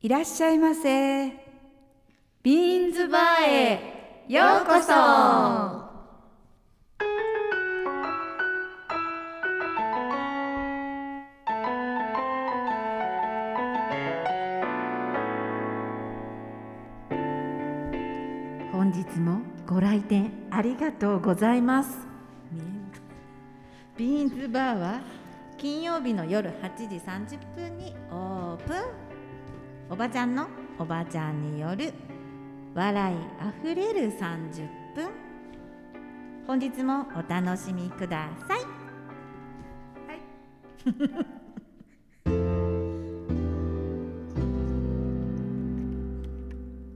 いらっしゃいませ。ビーンズバーへようこそ。本日もご来店ありがとうございます。ビーンズバーは金曜日の夜8時30分にオープン。おばちゃんのおばちゃんによる笑いあふれる30分本日もお楽しみください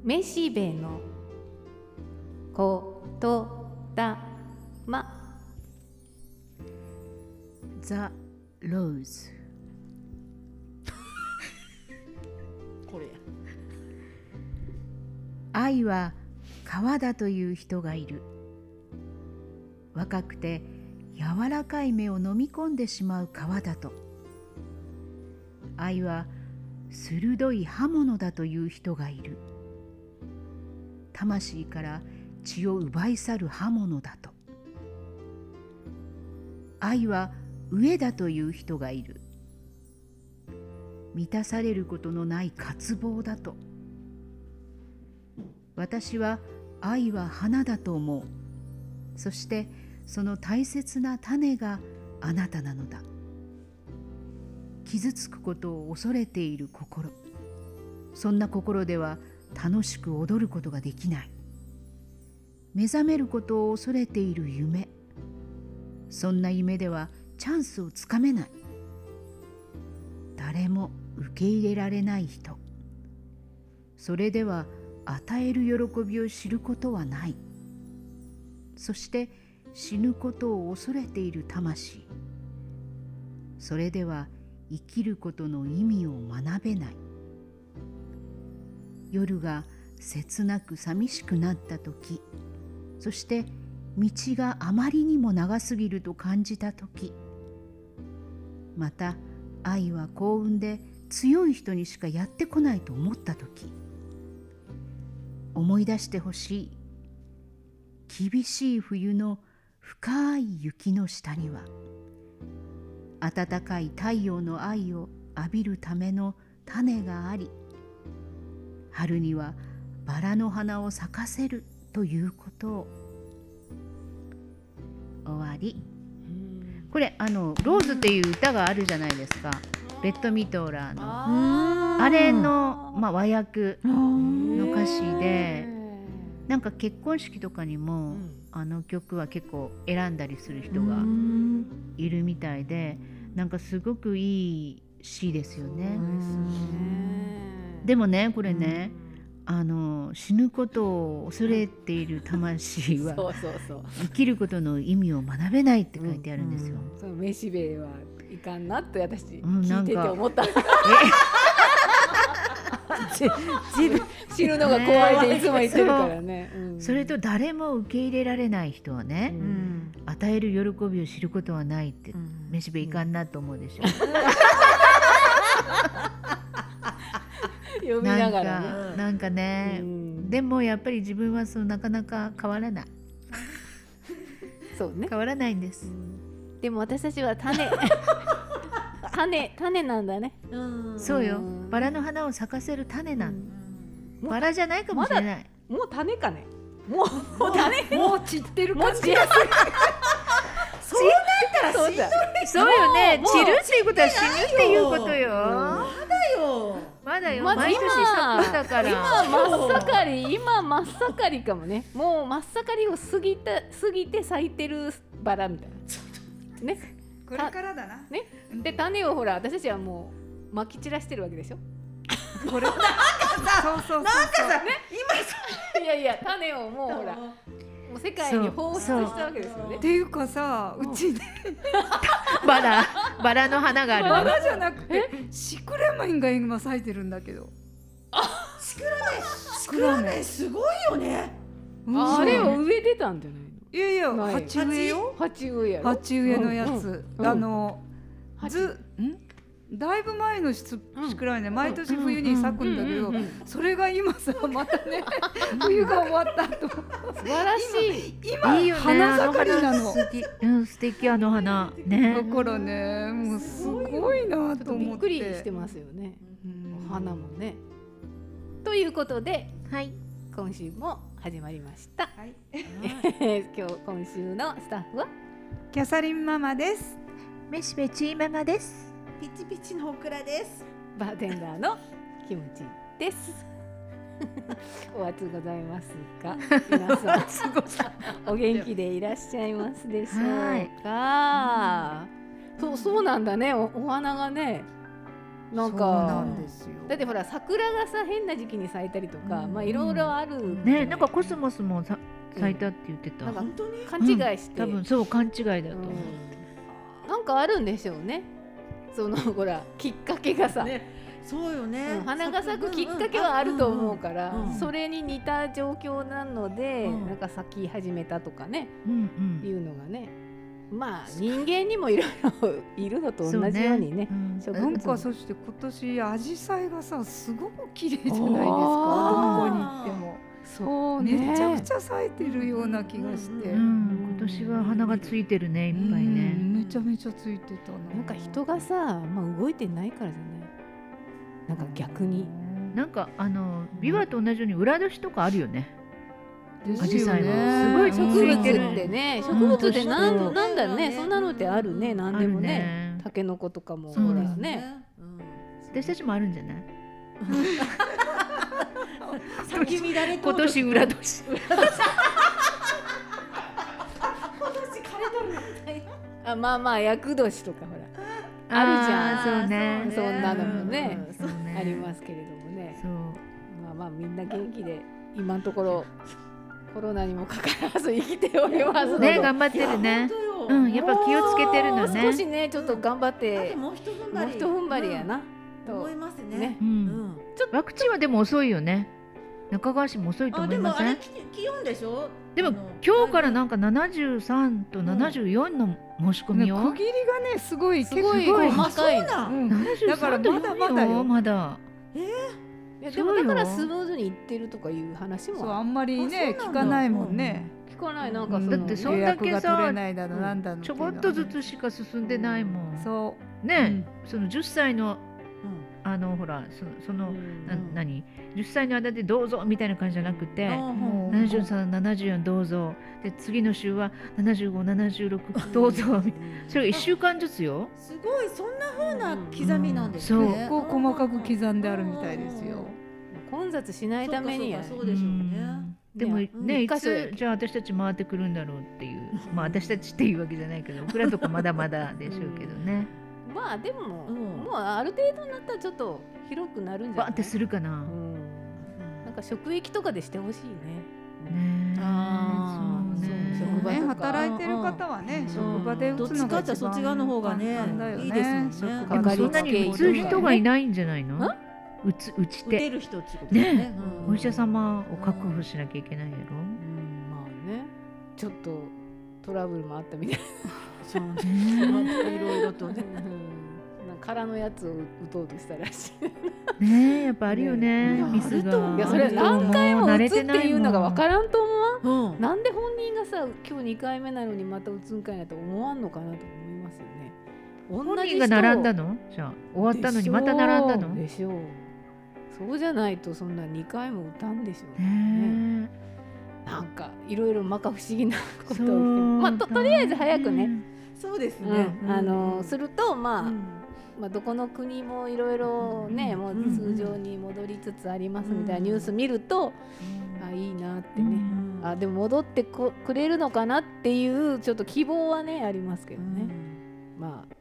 めしべのことだま The Rose これや愛は川だという人がいる若くて柔らかい目を飲み込んでしまう川だと愛は鋭い刃物だという人がいる魂から血を奪い去る刃物だと愛は飢えだという人がいる満たされることのない渇望だと私は愛は花だと思うそしてその大切な種があなたなのだ傷つくことを恐れている心そんな心では楽しく踊ることができない目覚めることを恐れている夢そんな夢ではチャンスをつかめない誰も受け入れられない人それでは与える喜びを知ることはないそして死ぬことを恐れている魂それでは生きることの意味を学べない夜が切なく寂しくなった時そして道があまりにも長すぎると感じた時また愛は幸運で強い人にしかやってこないと思った時思い出してほしい厳しい冬の深い雪の下には暖かい太陽の愛を浴びるための種があり春にはバラの花を咲かせるということを終わりこれあの「ローズ」っていう歌があるじゃないですかレッド・ミトーラーのあれの、まあ、和訳の歌詞でなんか結婚式とかにも、あの曲は結構選んだりする人がいるみたいでなんかすごくいい詩ですよね。でもねこれね、あの死ぬことを恐れている魂はそうそうそう。生きることの意味を学べないって書いてあるんですよ。その飯べはいかんなって私んな聞いんててか思った。自分死ぬのが怖いっていつも言ってるからね。うんそれと誰も受け入れられない人はうね、ん与える喜びを知ることはないって、めしべいかんなと思うでしょ。読みななんがらね。かなんかね、うんでもやっぱり自分はそのなかなか変わらないそうね。変わらないんです。でも私たちは 種種種なんだねそうようんバラの花を咲かせる種な、うんうんバラじゃないかもしれない。もう種かね。もうもう種。もう散ってるも感う散っじ。てそうなったら散っそうよねもう散るっていうことは死ぬっていうことよ。よまだよ、まず毎年咲くんだから。真っ盛り今真っ盛りかもねもう真っ盛りを過ぎた過ぎて咲いてるバラみたいなねこれからだなで種をほら私たちはもう撒き散らしてるわけでしょこれなんかさそうそうなんかさ今さいやいや種をもうほらもう世界に放出したわけですよねっていうかさうちねバラ、バラの花があるバのね。ラじゃなくてシクラメンが今咲いてるんだけどシクラメンシクラメンすごいよねあれを植えてたんじゃないいやいやない鉢植えよの鉢植えやろ鉢植えのやつ、うんうんあの鉢ずんだいぶ前のしつうん宿題ね毎年冬に咲くんだけうんうんうんどうんそれが今さまたね冬が終わったと素晴らしい今いいよね花盛りなの素敵うん素敵あの花ねだからねもうすごいなちょっととび思っっくりしててますよねうんお花もねということではい今週も始まりましたはい 今日今週のスタッフはキャサリンママですめしめちーママですピチピチのオクラですバーテンダーのキムチですお熱ございますか皆さんすごいお元気でいらっしゃいますでしょうか。そうそうなんだね。おお花がね、なんそうなかんですよだってほら桜がさ変な時期に咲いたりとか、うんまあいろいろあるんでねなんかコスモスもさ咲いたって言ってた、なんか当に勘違いして、多分そう勘違いだとう思う、んなんかあるんでしょうね。そのほらきっかけがさ、ねそうよね、うん花が咲くきっかけはあると思うらから、うんそれに似た状況なので、うんなんか咲き始めたとかね。うんっうてんいうのがねまあ人間にもいろいろいるのとそ同じようにねうん植なん物もかそして今年紫陽花がさすごく綺麗じゃないですかどこにあー行ってもそうねめちゃくちゃ咲いてるような気がしてううん今年は花がついてるねいっぱいうんねめちゃめちゃついてたななんか人がさ、まあ、動いてないからじゃないなんか逆になんかあの琵琶と同じように裏出しとかあるよねですよね紫陽花はす植ごい物っついてるてねう植ん物ってなん,、うんなんだねそんなのってあるね何でもねあるねタケノコとかもそうほだらよね、私たちもあるんじゃない咲き乱れと今年裏年あまあまあ厄年とかほらあるじゃんあーそうねそんなのもねうんそうねありますけれどもねそうまあまあみんな元気で今のところコロナにもかからず生きておりますので、ね頑張ってるねううんやっぱ気をつけてるのもうね少しねちょっと頑張っだっててももう一踏んう張りひと踏ん張りやな、うんと思いますねねううんんワクチンはでも遅いよね中川市も遅いとあ思でいまもあせれんき気温でしょでもあの今日からなんか73と74の申し込みねを、区切りがねすごいすごい結構細かいそうなうんんだから73とまだまだ4よよまだいやでもだからそうよスムーズにいってるとかいう話そうもあんまりねあそうなん聞だかないもんね聞かないなんうかそんのだってそ予んだ約けがさ取れないだのなんだのちょこっとずいうつしか進んでないもん、のはねね、その10歳のうんあのほらそその、うんな何10歳の間でどうぞみたいな感じじゃなくて、うんうんうん7374どうぞで次の週は7576どうぞみたいなそれが1週間ずつよすごいそんな風な刻みなんですうんねそうそうこう細かく刻んであるみたいですよ混雑しないためにはそうかそうかそうでしょうねでもねねうんい一箇所だつけじゃあ私たち回ってくるんだろうっていうまあ私たちっていうわけじゃな いけど僕らとかまだまだでしょうけどね、まあでも、うんもうある程度になったらちょっと広くなるんじゃなバーいってするかうな、んなんか職域とかでしてほしいねねえあーそうそうね職場ねとか働いてる方はうねん職場で打どっつのちがかっ一て番そっち側の方がね簡単だよいいですもんねで職場もでそんなに打つ人がいないんじゃないのん打つ打ち打て手る人ってことですねねうんお医者様を確保しなきゃいけないやろ、うんまあねちょっとトラブルもあったみたいそうねない いろいろとねうんなんか空のやつを打とうとしたらしいねえやっぱあるよねねえミスいやあると思がういやそれは何回も慣打れつってないもんいうのが分からんと思わうんんなんで本人がさ今日2回目なのにまた打つんかいなと思わんのかなと思いますよね本同じ人人が並んだのじゃあ終わったのにまた並んだのねでしょうでしょうそうじゃないとそんな2回も打たんでしょうねえなんかいろいろ摩訶不思議なことをしてそうまあととりあえず早くね、そうですうねんあのすると、まあうんまあ、どこの国もいろいろね、うんもううん通常に戻りつつありますみたいなうんニュース見ると、あいいなってね、あでも戻ってこくれるのかなっていうちょっと希望はねありますけどね、まあ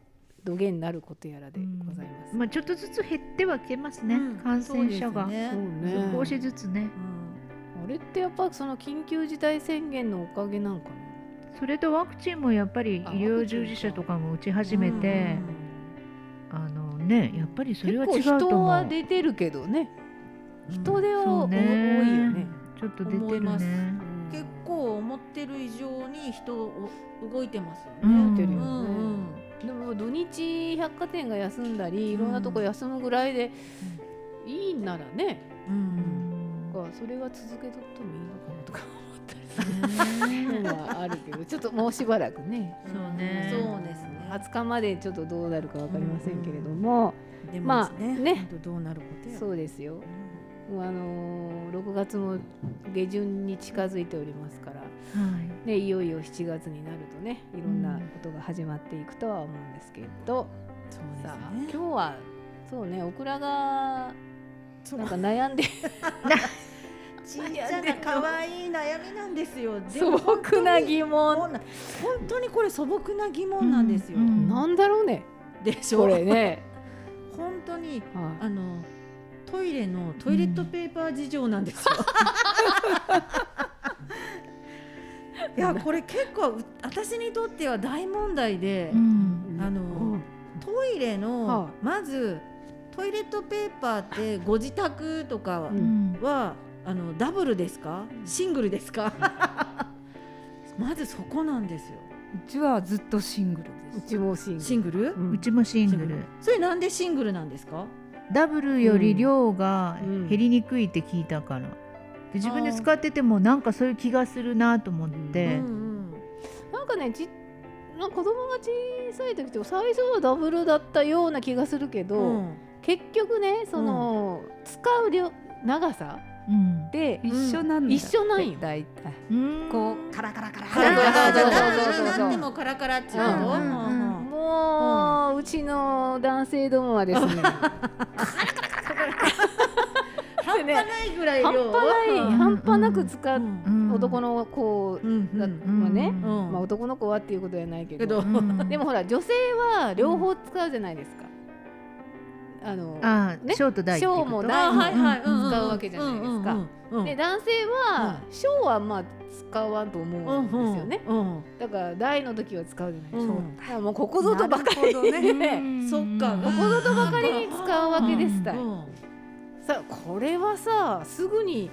土下になることやらでございます。まあちょっとずつ減ってはきてますね、うん感染者がそうですねそうね少しずつねうんあれってやっぱその緊急事態宣言のおかげなんかなそれとワクチンもやっぱり医あ療従事者とかも打ち始めてあのねやっぱりそれ結は構違うと人思はう出てるけどね人うん出はそ多いようねね。ちょっと出て思いるますねうん結構思ってる以上に人を動いてますようんね出てうるよねんうんでも土日百貨店が休んだりいろんなとこ休むぐらいで、いいんならね、うんなんかそれは続けとってもいいのかなとか思ったりするのはあるけ どちょっともうしばらくねそうねそうですね20日までちょっとどうなるかわかりませんけれども、でもまあね本当どうなることやそうですよもうあのー6月も下旬に近づいておりますから、はいね、いよいよ7月になるとねいろんうなんことが始まっていくとは思うんですけど、そうさあ、ですね今日はそうねオクラがなんか悩んでちっちゃな可愛い悩みなんですよ。で素も朴な疑問本当にこれ素朴な疑問なんですよ。うんうんなんだろうねでしょ。これ ね、本当にはいあのトイレのトイレットペーパー事情なん ですよ。いやこれ結構う私にとっては大問題で、うんあの、うんトイレの、はあまずトイレットペーパーってご自宅とかは。ううんはあのダブルですかシングルですか まずそこなんですよちはずっとシングルうです。ちもシングルシングル、うんうちもシングルそれなんでシングルなんですかダブルより量がうん減りにくいって聞いたからで自分で使っててもなんかそういう気がするなと思って、うんうんなんかねちなんか子供が小さい時って最初はダブルだったような気がするけど、うん結局ねその、使う量長さうんで一緒なんだ。一緒なんよ大体うんこうカラカラカラカラカラカラじゃあカラダブルそうそうそうそうなんでもカラカラっていうこと、うんうんうんもう、うちの男性どもはですね半端ないぐらい量 半端ない、うんん半端なく使ううんうん男の子うんうが、んうんまあね、うんまあ、男の子はっていうことじゃないけけどど、うんでもほら女性は両方使うじゃないですか。あのあー、ねショート大ってことショーもあ大はいはい、うんうんうん使うわけじゃないですかうんうんうんで男性は小はまあ使わんと思うんですよね。うんうんだから大の時は使うじゃないですか。うんだからもうここぞとばかりなるほどねねそっか、うんここぞとばかりに使うわけですたい。うんさこれはさすぐに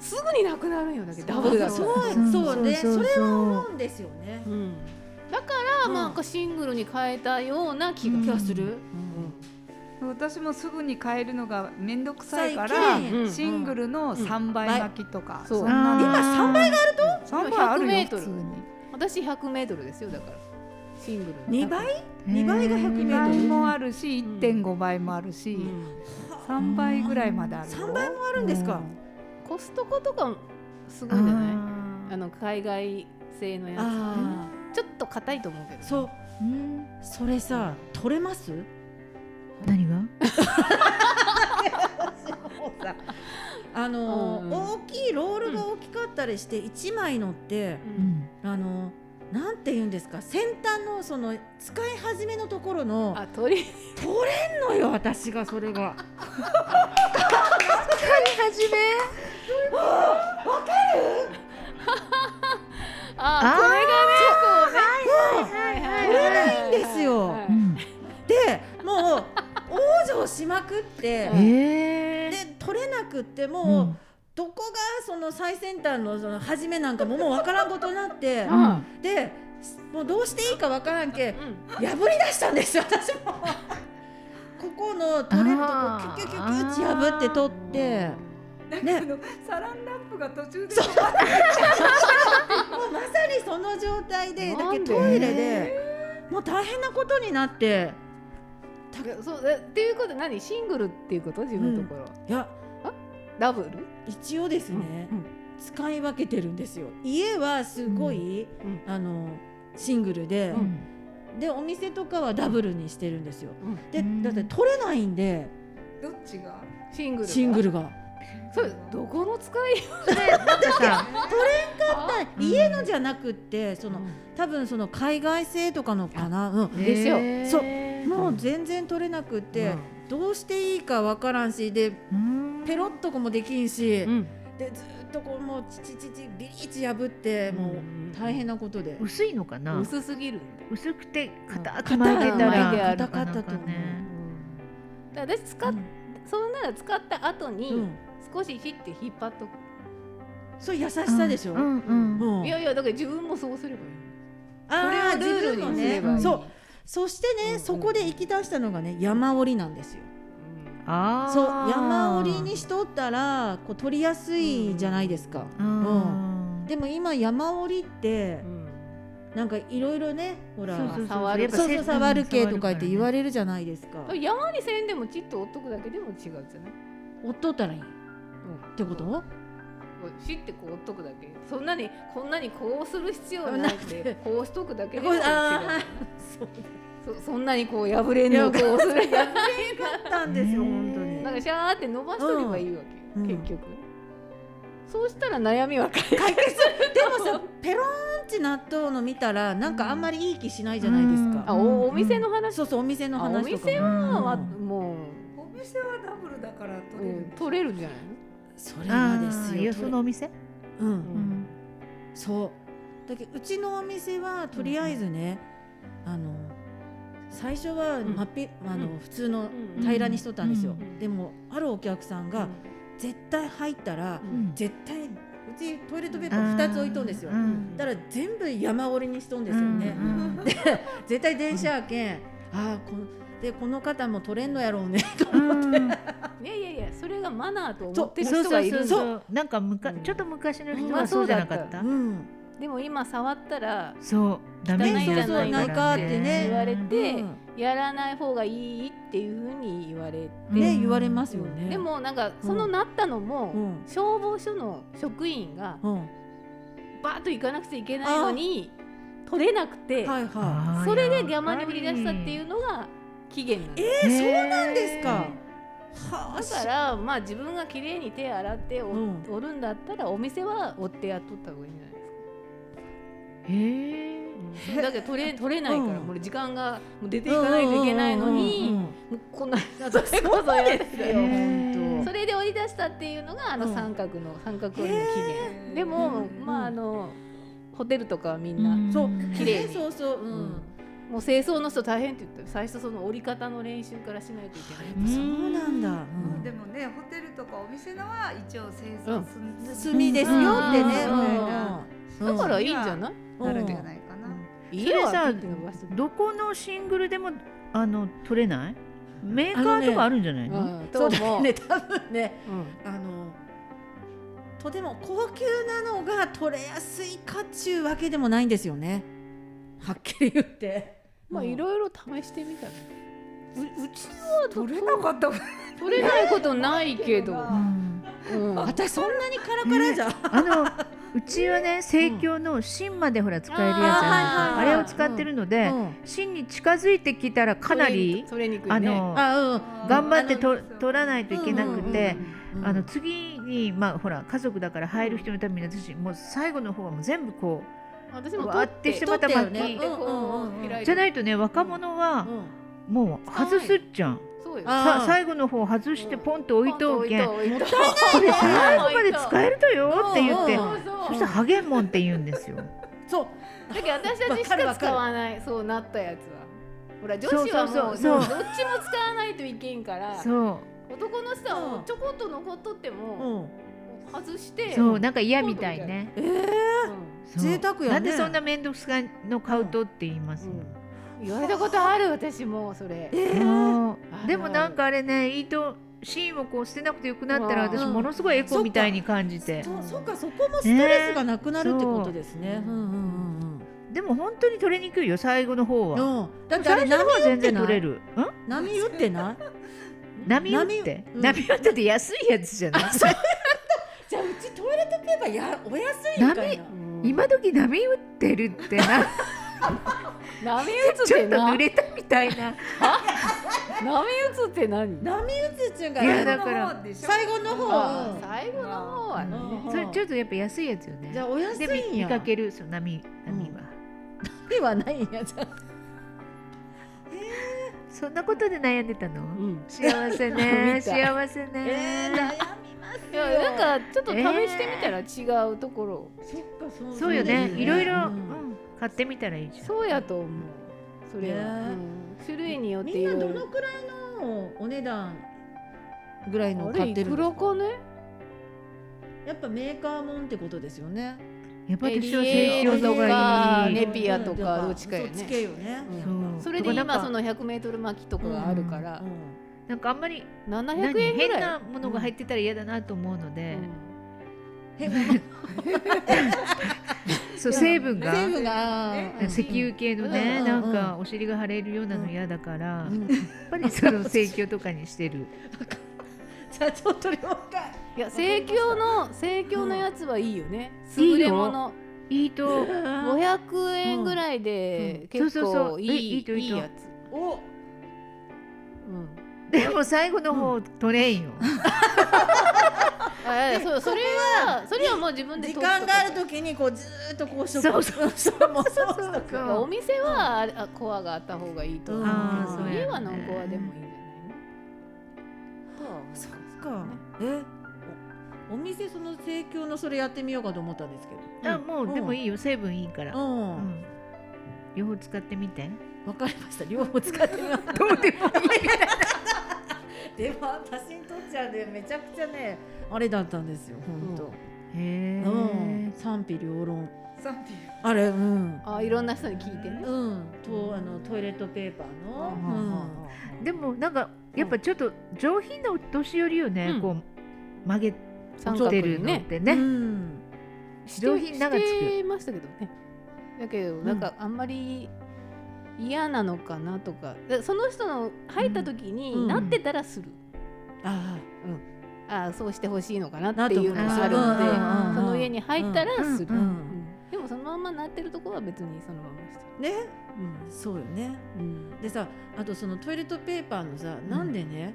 すぐになくなるんよだけどダブルだそと。ううんそうねそうそうそうそれは思うんですよねうんだからうんまあなんかシングルに変えたような気がうん気がする、私もすぐに変えるのが面倒くさいか最ら近うんシングルの三倍巻きとか、そうそんなの今三倍があると三倍あるよ100普通に私100メートルですよだからシングルの。二倍二二倍が100 2メー倍トルもあるし1.5倍もあるし、うん三倍ぐらいまであるよ三倍もあるんですか、コストコとかすごいんじゃないああの海外製のやあつちょっと硬いと思うけどあそうーうんそれさ取れます何があの、うん大きいロールが大きかったりして一枚のって、うんあのなんて言うんですか先端のその使い始めのところのあ鳥 取れんのよ私がそれがあこれがねこうねい取れないんですよはいうんでもう往生しまくって、うんえでー取れなくってもう、うんどこがその最先端のその初めなんかももうわからんことになってうんでもうどうしていいかわからんけうん破り出したんですよ私もここの取れるとこあーキュキュキュキュって破って取ってねもうサランラップが途中でまさにその状態でだなけんどでトイレでもう大変なことになってだそうえっていうこと何シングルっていうこと自分のところ、いやダブル、一応ですね、うん使い分けてるんですよ家はすごい、うんあのシングルで、うんでお店とかはダブルにしてるんですようんでうんだって取れないんでどっちがシングルシングルルが。それどこの使いなんかさ方だから家のじゃなくってその多分その海外製とかのかな、うんえ ーですよ、そうももう全然取れなくって、どうしていいかわからんしでうんペロッとこもできんし、うん、でずっとこうもうチチチチビリッチ破ってもう大変なことで、薄いのかな薄すぎるんだ薄くて硬く巻いてた硬いら硬かったと思うなかなかねだから私使っ、そんなら使った後に、うん、少しヒッて引っ張っとく、そう優しさでしょ、うんうんうんいやいやだから自分もそうすればいいあーそれをルール自分もにすればいい、ねそうそしてね、そこで行き出したのがね山折りなんですよ。あーそう山折りにしとったらこう取りやすいじゃないですか。うんでも今山折りってなんかいろいろねほらそうそうそう触るやっぱそうそせううん触る系とか言って言われれるじゃないですか。山にせんでもちっと折っとくだけでも違うじゃない、折っとったらいいっうん、てこと？知ってこう折っとくだけそんなにこんなにこうする必要はなくなくててこうしとくだけでこも違れうあーはいそそんなにこう破れんのをこうするあったんですよ本当になん。かシャーって伸ばしとればいいわけ、うん結局そうしたら悩みは解解決でもさペローンチ納豆の見たらなんかあんまりいい気しないじゃないですうんあか。おお店の話そうそうお店のあお話とかも。店は、わうんもお店はダブルだからう、取れるうん取れるんじゃないそれがですよ。そのお店うんの、そうだけどうちのお店はとりあえずね、あの最初は、んまっぴあのうん普通のうん平らにしとったんですよ、うんでもあるお客さんが、絶対入ったら、うん絶対うちトイレットペーパー2つ置いとんですよ、うんだから全部山折りにしとんですよね、で絶対電車やけん、ああこでこの方も取れんのやろうねといやいやいやそれがマナーと思ってるそ人うそがういるそんだう そうなんかむかうんちょっと昔の人まはあそうじゃなかそっうだたうんでも今触ったらそうダメ汚いじゃないかってね言われてでうんやらない方がいいっていうふうに言われて、うんね言われますよねでもなんかそのなったのも、うん消防署の職員がうんバーッと行かなくちゃいけないのに取れなくて、はいはそれで山に売り出したっていうのが起源なんですいえー、そうなんですか、はあだからまあ自分が綺麗に手洗っておうん折るんだったらお店は折ってやっとった方がいいんじゃないですかへえそれだけど取れ取れないから、うんもう時間がもう出ていかないといけないのに、うんうんうんうんもうこんなそ れこそやですよ本それで折り出したっていうのがあうのん三角の、三角折りの起源でも、うんまああのホテルとかはみ当んな、そう綺麗にそうそう、ううんんもう清掃の人大変って言ったら最初その折り方の練習からしないといけない、うんそうなんだ、まあうんでもねホテルとかお店のは一応生産する炭ですよってね、うんうんだからいいんじゃない、うんなるんじゃないかな、家はそれさピッて伸ばしてどこのシングルでもあの取れないメーカーとかあるんじゃないのうんそとうだも、ね多分ねうんあのとても高級なのが取れやすいかっちゅうわけでもないんですよねはっきり言ってまあうんいろいろ試してみたらううちは取れなかった取れないことないけど、ううん私そんなにカラカラじゃん、あのうちはね生協の芯までほら使えるやつあーあるはいはいはいあれを使ってるのでうん芯に近づいてきたらかなり取れにくいあねのあうん頑張ってあとの取らないといけなくてうんあの次にまあほら家族だから入る人のために私もう最後の方はもう全部こ私うもわー取っっててしてまた巻取ってきよねうんうんうん開いてじゃないとね若者はうんもう外すっちゃんそうよあさ最後の方外してポンと置いとおけんこ置いとれ最後まで使えるとよって言ってうんそうんうそうそしたらハゲモンって言うんですよ。そうだけど私たちしか使わないそうなったやつはほら女子はもうそうそうそもううどっちも使わないといけんからそ男の人はもうちょこっと残っとってもうん外しうてそうなんか嫌みたいね。えうんそう贅沢やねなんでそんな面倒くさいの買うとって言いますよ。言われたことある私もそれえもあうるでもなんかあれねいいと芯をこう捨てなくてよくなったらうん私ものすごいエコみたいに感じてそうそうかそこもストレスがなくなるってことですね。ねうんうんうんでも本当に取れにくいよ最後の方うは。ん。うん。だってあ最れ初の方波打っは全て然な取れい。る。ん波打ってない。波打ってうん波打ってって安いやつじゃない。じゃあうちトイレットペーパーやお安いんかいな今時波打ってるってな 波打つっちょてっと濡なれたみたいな。波打つって何波打つっちゅうんかいらやだから最後のあ方。最後の方はねうんそれちょっとやっぱ安いやつよね。じゃあお安でいん見や。見かけるその波波は、ではないんやじゃあ。そんなことで悩んでたの、うん幸 せ見 ねた幸せね、えー悩みますいやなんかちょっと試してみたら違うところを、そっかそうそうよねですいろいろ、ううんん買ってみたらいいじゃんそうやと思うそれは、ねうん種類によってみんいなどろのくらいのお値段ぐらいのをあれ買っいてるんくでらすかかねやっぱメーカーもんってことですよね。やっぱ私はエリエールとか清ネ少ピアとかどっちかよよねね。そっち系よねうんそうそれで今その 100m 巻きとかがあるからうなんかあんまり何700円ぐ変ら。ないものが入ってたら嫌だなと思うのうで、んそう成分が成分がうん石油系のね、うんなんかお尻が腫れるようなの嫌だから、うんやっぱりその請求とかにしてる社長取り分かいや生協の生協のやつはいいよねうん優れものいいと500円ぐらいでうん結そうそうそ構ういえいいいといいいいとやつおうんでも最後の方、トレインをあいやいやそうそれはそれはもう自分で時取っとく間があるときにこうずーっとこうしとくそうそうもうそうしとくそうお店はあれあコアがあった方がいいと思うあけーど、そうやね家はノンコアでもいいんじゃないの、とは思いますそっかえおお店その盛況のそれやってみようかと思ったんですけどあもう、うんでもいいよ成分いいから、う、うんわん両方使ってみてかりました両方使ってみようどうでもいい でも私にとっちゃねめちゃくちゃねあれだったんですよ本当。へえ、うん、賛否両論。賛否。あれうん。あーいろんな人に聞いてね、うん、とあのトイレットペーパーの、うんでもなんかやっぱちょっと上品なお年寄りよね、うんこう曲げ三角てるにのっねてうねん、して上品ながつくしてましたけどねだけどなんかあんまり嫌なのかなとかでその人の入った時うんになってたらする、あああそうしてほしいのかなっていうのがあるなと思のううんでその上に入ったらする、うんう、うんでもそのまんまなってるとこは別にそのまましてる、ね、うんそうよね。うんでさ、あとそのトイレットペーパーのさ、なんでね、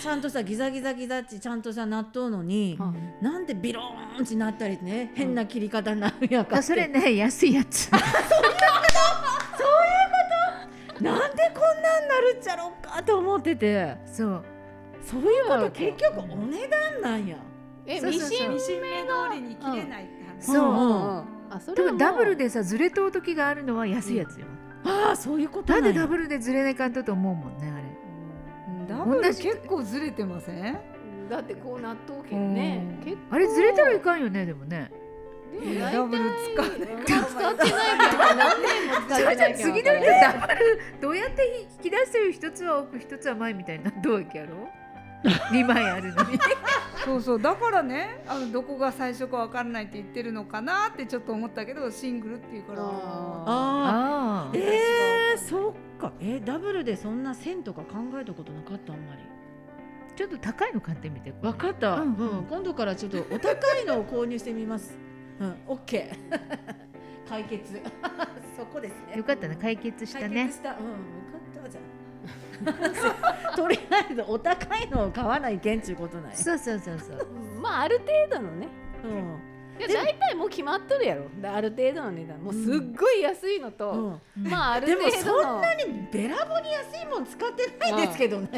ちゃんとさギザギザギザっちちゃんとさ納豆のに、あなんでビローンちなったりね、変な切り方になるんやかあって。それね安いやつなんでこんなんなるっちゃろうかと思ってて、 そうそういうこと結局お値段なんや。えそうミそうそうシンミシン目通りに切れないってそ話。ううんあそでれはももうダブルでさずれとう時があるのは安いやつよ、ああそういうことなんなでんやダブルでずれないかんとと思うもんねあれダブル結構ずれてません？だってこう納豆圏ねうん結構あれずれたらいかんよねでもねでも大体ダブル使わないまあ使ってないけど何年も使そってれじなゃいけど次の 人ダブルどうやって引き出してる一つは奥一つは前みたいなどうやけやろ二枚あるのにそうそうだからねあのどこが最初かわからないって言ってるのかなってちょっと思ったけどシングルっていうからああああえー、そっかえダブルでそんな線とか考えたことなかったあんまりちょっと高いの買ってみてわかった、ううんん今度からちょっとお高いのを購入してみますうんオッケー 解決 そこですねよかったね解決した解ね決したうんよかったじゃん とりあえずお高いのを買わないけんちゅうことないそうそうそうそうまあある程度のねうんいや大体もう決まっとるやろある程度の値段もうすっごい安いのと、うんまああでるも程そ度のんなにべらぼうに安いもん使ってないですけどね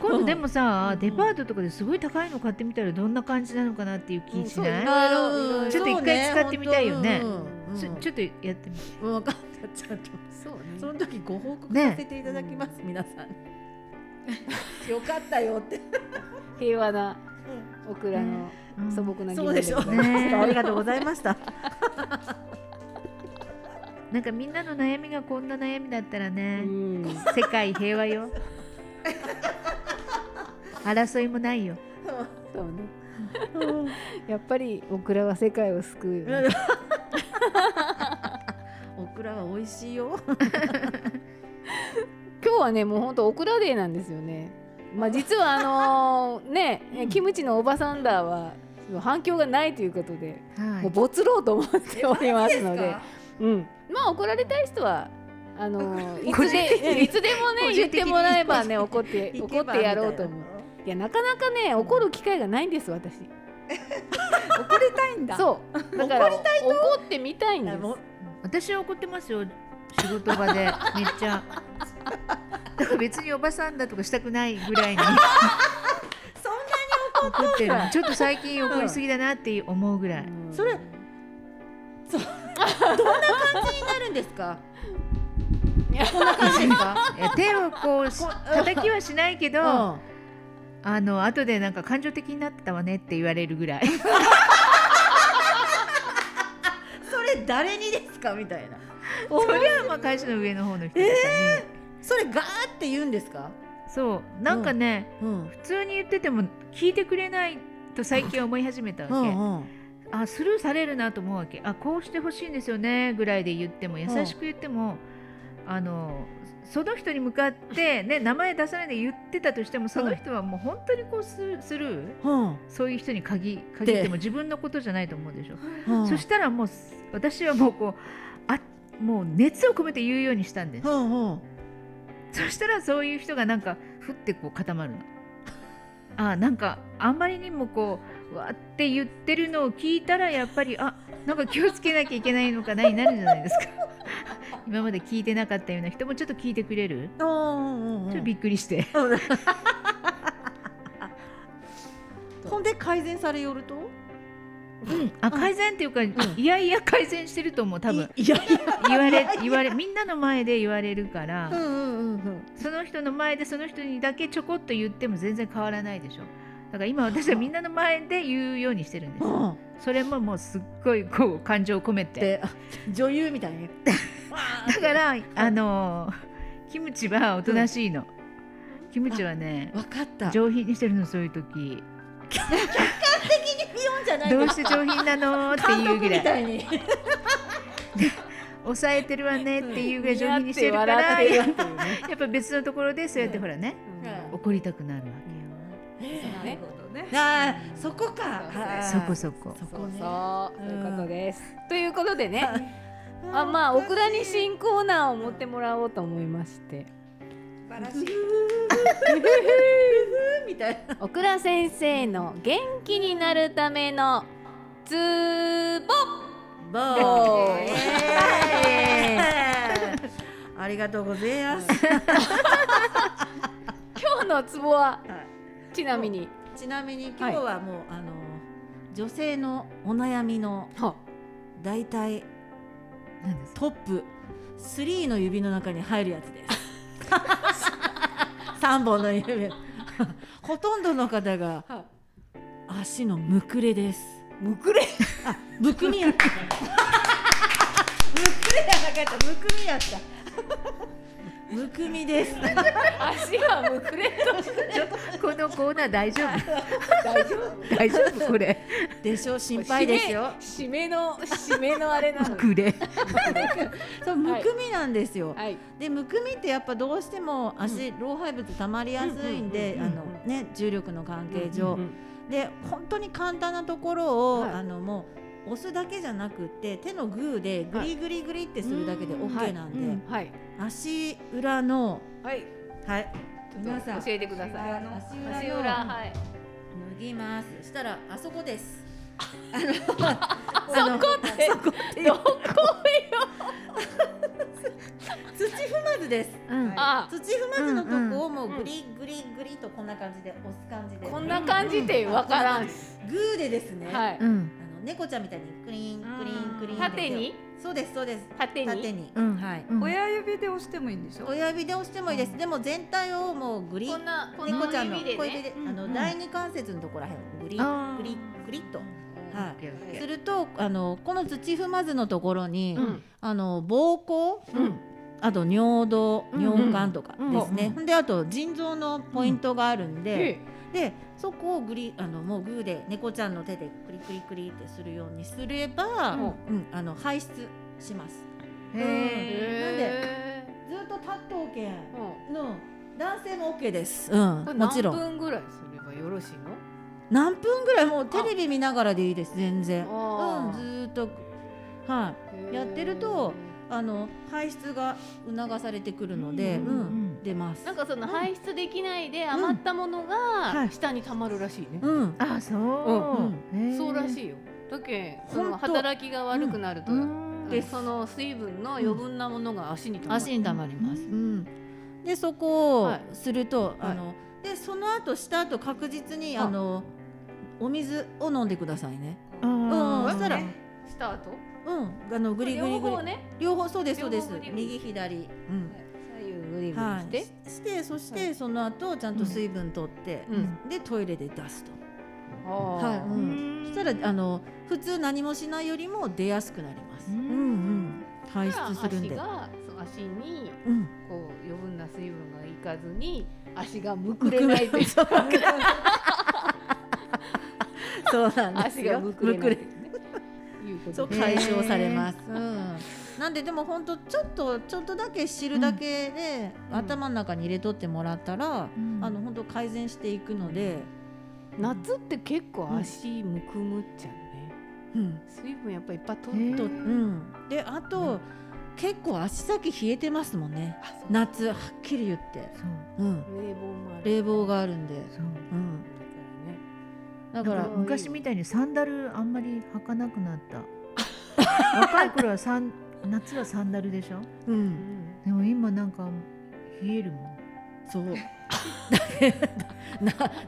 今うん度でもさ、うんデパートとかですごい高いの買ってみたらどんな感じなのかなっていうう気んしない、そううんうんちょっと一回使ってみたいよねそううんね本当うちんょうんちょっとやってみて分かったちゃんとそうねその時ご報告させていただきます、皆さんよかったよって平和なオクラのうん素朴な疑そう問ででししょょうねありがとうございましたなんかみんなの悩みがこんな悩みだったらうね、ん 世界平和 よ争いもないよそうねやっぱりオクラは世界を救うよねオクラは美味しいよ今日はねもうほんとオクラデーなんですよねまあ実はあのーねえキムチのおばさんだは反響がないということで、はいもう没ろうと思っておりますのでですかうん、まあ怒られたい人はあのい個つ人的でにいつでも個ね人言っ的てにもらえばね怒って 行怒けっばてやろうと思ういやなかなかね怒る機会がないんです私怒りたいんだそうだから怒ってみたいんみですたいなもう私は怒ってますよ仕事場 でめっちゃだから別におばさんだとかしたくないぐらいに そんなに怒ってるちょっと最近怒りすぎだなって思うぐらい、うんそれなるんですかいやこんな感じですかいや手をこうしこ叩きはしないけど、うんあの後でなん か感情的になってたわねって言われるぐらい誰にですかみたいなそれはまあ会社の上の方の人でしたね、それガーって言うんですかそうなんかね、うん普通に言ってても聞いてくれないと最近思い始めたわうけ、んうんあスルーされるなと思うわけあこうしてほしいんですよねぐらいで言っても優しく言っても、あのその人に向かって、ね、名前出さないで言ってたとしてもその人はもう本当にこうススルーうんそういう人に限限っても自分のことじゃないと思うでしょ、うんそしたらもう私はもうこうあもう熱を込めて言うようにしたんです、うんうんそしたらそういう人がなんかふってこう固まるの。あなんかあんまりにもこうわーって言ってるのを聞いたらやっぱりあなんか気をつけなきゃいけないのかなになるじゃない ですか今まで聞いてなかったような人もちょっと聞いてくれるうんうんちょっとびっくりしてほんで改善されよるとうんあ改善っていうか、いやいや改善してると思う多分いいやいや言われ言われみんなの前で言われるから、うんうんうんその人の前でその人にだけちょこっと言っても全然変わらないでしょだから今私はみんなの前で言うようにしてるんですうんうんそれももうすっごいこう感情を込めてで女優みたいにわーっだてからあのーキムチはおとなしいの、キムチはねわかった上品にしてるのそういう時じゃないどうして上品なのって監いう督ぐみらいたいに抑えてるわねっていうぐらい上品にしてるか笑らってやるっていうね。っぱ別のところでそうやってほらねうん怒りたくなるわなるほどね。 あーそこかけあーそこそこそそうこねそう、うんそういうことです。ということでね、ああまあオクラにし新コーナーを持ってもらおうと思いまして、素晴らしい。みたいなオクラ先生の元気になるためのツボ。ボーイありがとうございます今日のツボははいちなみに、ちなみに今日はもう、あの女性のお悩みのは大体なんですかトップ3の指の中に入るやつです。3本の指ほとんどの方がは足のむくれです。むくれ。あ、むくみやった。むくれやなかった。むくみやった。むくみです。足はむくれと。このコーナー大丈夫大丈夫これでしょう心配です よ。締め。締めの締めのあれなの。くれそうむくみなんですよ。はい。でむくみってやっぱどうしても足、老廃物溜まりやすいんで、うんうんうんうんあのね重力の関係上、うんで本当に簡単なところを、はいあのもう押すだけじゃなくって手のグーでグリグリグリってするだけでうん OK なんで、うんはい。足裏のはい。はい皆ちょさっんと教えてください。足裏の足裏はい。脱ぎますしたらあそこです。あそのあのこってそこってどこよ。土踏まずです。うんあ、土踏まずのとこをもうグリグリグリとこんな感じで押す感じで。こんな感じでわからんし。グーでですね。はあい。うんの猫ちゃんみたいにクリーンクリーンクリーンって縦にそうですそうです。縦に縦に。うんはい。うん親指で押してもいいんでしょ。親指で押してもいいです。でも全体をもうグリこんなこ猫のちゃんの指で小指ね。で、あうのん第二関節のところらへんグリあーグリグリっと。はオッケーオッケすーるとあのこの土踏まずのところに、うんあの膀胱うん。あと尿道うん尿管とかですね、うんほんであと腎臓のポイントがあるんで、えでそこをグリあのもうグーで猫ちゃんの手でクリクリクリってするようにすれば、うんんあの排出しますへーえ。ずっと立っとうけんなんで？の男性も OK です、うんこれ、もちろ何ん分ぐらいすればよろしいの？何分ぐらいもうテレビ見ながらでいいです全然うんあーずーっとはいへーやってるとあの排出が促されてくるので、うんうんうん出ますなんかその排出できないで余ったものはがい下に溜まるらしいね。うんあそう、へーそうらしいよ。だけそほのんと働きが悪くなるとう。んでその水分の余分なものが足に溜まる。足に溜まります。うでそこをはいすると、あのでその後した後確実にああのお水を飲んでくださいね。あーうんそしたらした後。うんあのグリグリ両グリ方ね。両方そうですそ両う方グですリグリ右左うん左右グリグリはしてい。してそしはてその後ちゃんと水分取ってうん。でトイレで出すと。はいうあんそしたらあの普通何もしないよりも出やすくなります。ううんんうん排ー出するん足で。がそう足にうん。こう余分な水分がいかずに足がむくれないというそうそうなんです足がよ。むくれないとむいくうこれそとでう 解消されます。うん。なんででも本当ちょっとちょっとだけ知るだけで、うん頭の中に入れとってもらったら、うんあの本当改善していくので、夏って結構足むくむっちゃうねうん。水分やっぱいっぱいへ取ーるととうん。であと、うん結構足先冷えてますもんね。あそう夏はっきり言って。そううん。冷房もある冷房があるんで。そううん。だからねだかだからら昔みたいにサンダルあんまり履かなくなった若い頃はサン夏はサンダルでしょうう。んんでも今なんか冷えるもんそう。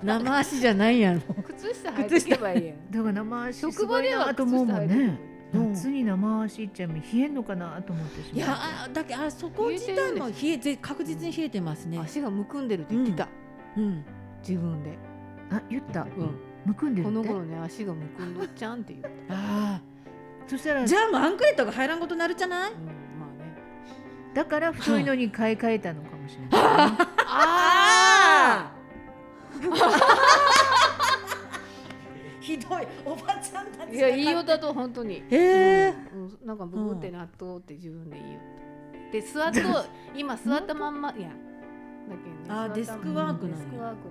な生足じゃないやろ。靴下履いてけばいいやんだから生足職場ではと靴思下うも履いてけばいんいねうん夏に生足いっちゃう冷えんのかなと思ってしまういやあだけあそこ自体も冷えぜ確実に冷えてますね。足がむくんでるって言ってたうん。自分であ言ったうんむくんでるこっのて頃ね足がむくんどっちゃんって言ったあそしたらあ。じゃあもうアンクレットが入らんことになるじゃない？うんまあねだから太いのに買い替えたのかもしれない、ああ。 ひどいおばちゃんたち。いやいいよ。だと本当にへえ。うんうんなんかブブって納豆って自分で言いよったで座っと今座ったまんまいやだけどねあ座ったデスクワークデなんやスクワークなんで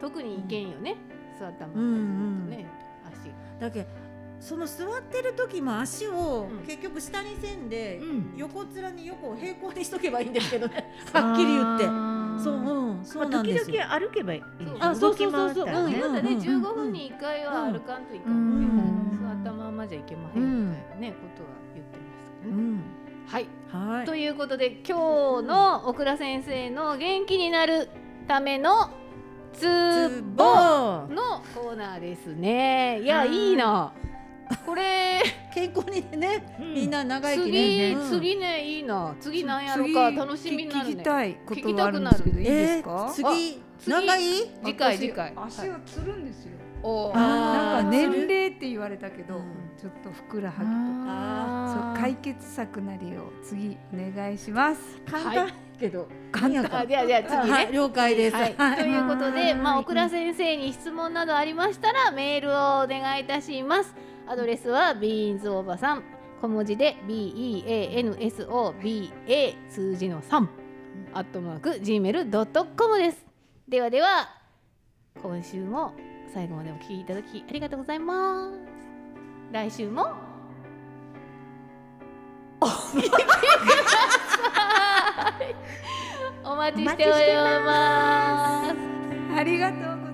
特にいけんよね座ったまうんんうまずんっとね足だけその座ってる時も足をうん結局下にせんで、うん横面に横を平行にしとけばいいんですけど ね。 はっきり言って。そう、ううん、そうまなあ、ん時ですよ。々歩けばいいあそ動うそきうそう回っそたうらうん、ねだってうね、んうんうん15分に1回は歩かんといかんうんね、座ったまんまじゃいけまへんみたいなね、ことは言ってましたけどうね。ん、はい、はい。ということで今日の小倉先生の元気になるためのツボのコーナーですね。いや、はいいいな。これ健康にね、うんみんな長生き次ね。うん次ねいいな。次なんやろか楽しみになる聞きね。たいことがあるんですけどいいえですかー、次次長い？次回次回。私足はをつるんですよ、おーあなーんか年齢って言われたけど、うんちょっとふくらはぎとかあそう解決策なりを次お願いします簡は単いけど。簡単あじゃあじゃあ次はねい、。了解です。はい、ということで、まあ、は小倉先生に質問などありましたらメールをお願いいたします。アドレスはビーンズおばさん小文字で BEANSOBA 数字の3アットマーク Gmail.com です。ではでは今週も最後までお聞きいただきありがとうございます。来週 もお聞きください。お待ちしております。ありがとうございます